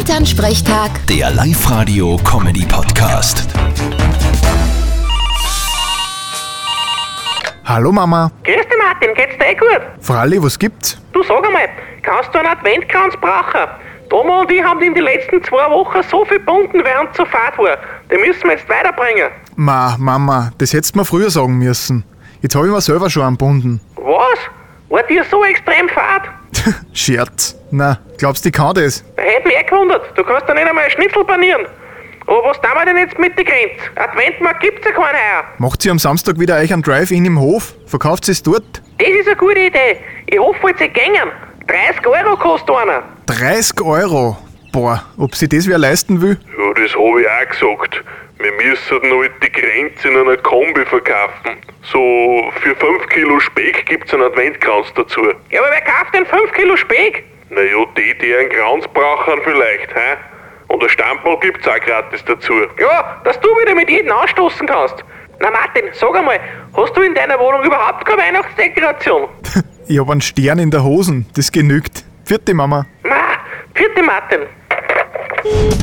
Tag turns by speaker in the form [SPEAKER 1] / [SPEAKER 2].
[SPEAKER 1] Elternsprechtag,
[SPEAKER 2] Der Live-Radio-Comedy-Podcast.
[SPEAKER 3] Hallo Mama.
[SPEAKER 4] Grüß dich Martin, geht's dir eh gut?
[SPEAKER 3] Fralli, was gibt's?
[SPEAKER 4] Du sag einmal, kannst du einen Adventkranz brauchen? Thomas und ich haben in den letzten zwei Wochen so viel bunten während zur Fahrt war. Den müssen wir jetzt weiterbringen.
[SPEAKER 3] Ma, Mama, das hättest du mir früher sagen müssen. Jetzt hab ich mir selber schon angebunden.
[SPEAKER 4] Was? War dir so extrem fad?
[SPEAKER 3] Scherz. Na, glaubst du, ich kann das?
[SPEAKER 4] Da hätte mich eh gewundert, du kannst ja nicht einmal einen Schnitzel panieren. Aber was tun wir denn jetzt mit der Grenze? Adventmarkt gibt's ja keinen heuer.
[SPEAKER 3] Macht sie am Samstag wieder euch einen Drive-In im Hof? Verkauft sie es dort?
[SPEAKER 4] Das ist eine gute Idee. Ich hoffe, wollt ihr gängen. 30 Euro kostet einer.
[SPEAKER 3] 30 Euro. Boah, ob sie das wer leisten will?
[SPEAKER 5] Ja, das habe ich auch gesagt. Wir müssen halt die Grenze in einer Kombi verkaufen. So, für 5 Kilo Speck gibt's einen Adventkranz dazu.
[SPEAKER 4] Ja, aber wer kauft denn 5 Kilo Speck?
[SPEAKER 5] Naja, die, die einen Kranz brauchen vielleicht, hä? Und ein Stammball gibt's auch gratis dazu.
[SPEAKER 4] Ja, dass du wieder mit jedem anstoßen kannst. Na Martin, sag einmal, hast du in deiner Wohnung überhaupt keine Weihnachtsdekoration?
[SPEAKER 3] Ich hab einen Stern in der Hosen. Das genügt. Vierte Mama.
[SPEAKER 4] Na, vierte Martin.